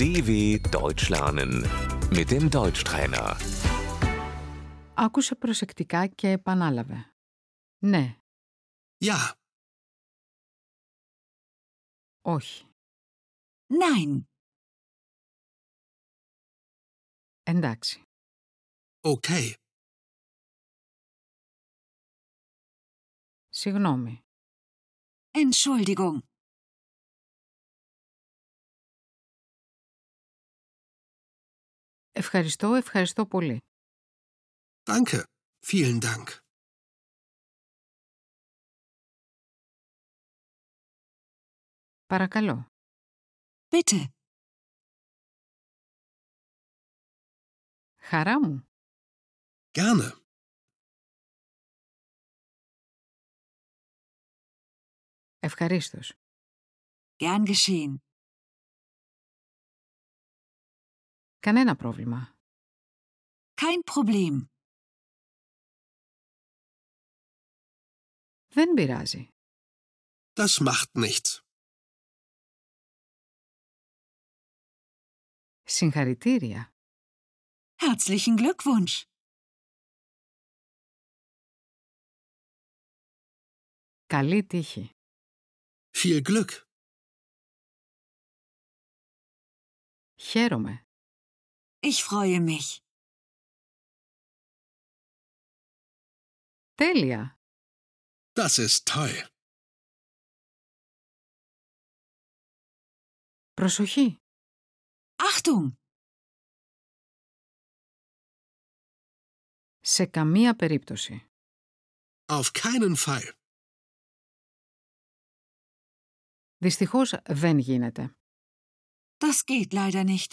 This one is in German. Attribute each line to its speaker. Speaker 1: DW Deutsch lernen mit dem Deutschtrainer.
Speaker 2: Άκουσε προσεκτικά και επανάλαβε. Ναι,
Speaker 3: Ja,
Speaker 2: όχι,
Speaker 4: Nein,
Speaker 2: εντάξει,
Speaker 3: okay,
Speaker 2: συγγνώμη,
Speaker 4: Entschuldigung,
Speaker 2: ευχαριστώ, ευχαριστώ πολύ.
Speaker 3: danke, vielen Dank.
Speaker 2: Παρακαλώ,
Speaker 4: bitte,
Speaker 2: χαρά μου,
Speaker 3: Gerne,
Speaker 2: ευχαρίστως.
Speaker 4: gern geschehen.
Speaker 2: Κανένα πρόβλημα.
Speaker 4: Kein Problem.
Speaker 2: Δεν πειράζει.
Speaker 3: das macht nichts.
Speaker 2: Συγχαρητήρια.
Speaker 4: Herzlichen Glückwunsch.
Speaker 2: Καλή τύχη.
Speaker 3: Viel Glück.
Speaker 2: Χαίρομαι.
Speaker 4: Ich freue mich.
Speaker 2: Τέλεια.
Speaker 3: Das ist toll.
Speaker 2: Προσοχή.
Speaker 4: Achtung,
Speaker 2: Σε καμία περίπτωση.
Speaker 3: Auf keinen Fall.
Speaker 2: Δυστυχώς δεν γίνεται.
Speaker 4: das geht leider nicht.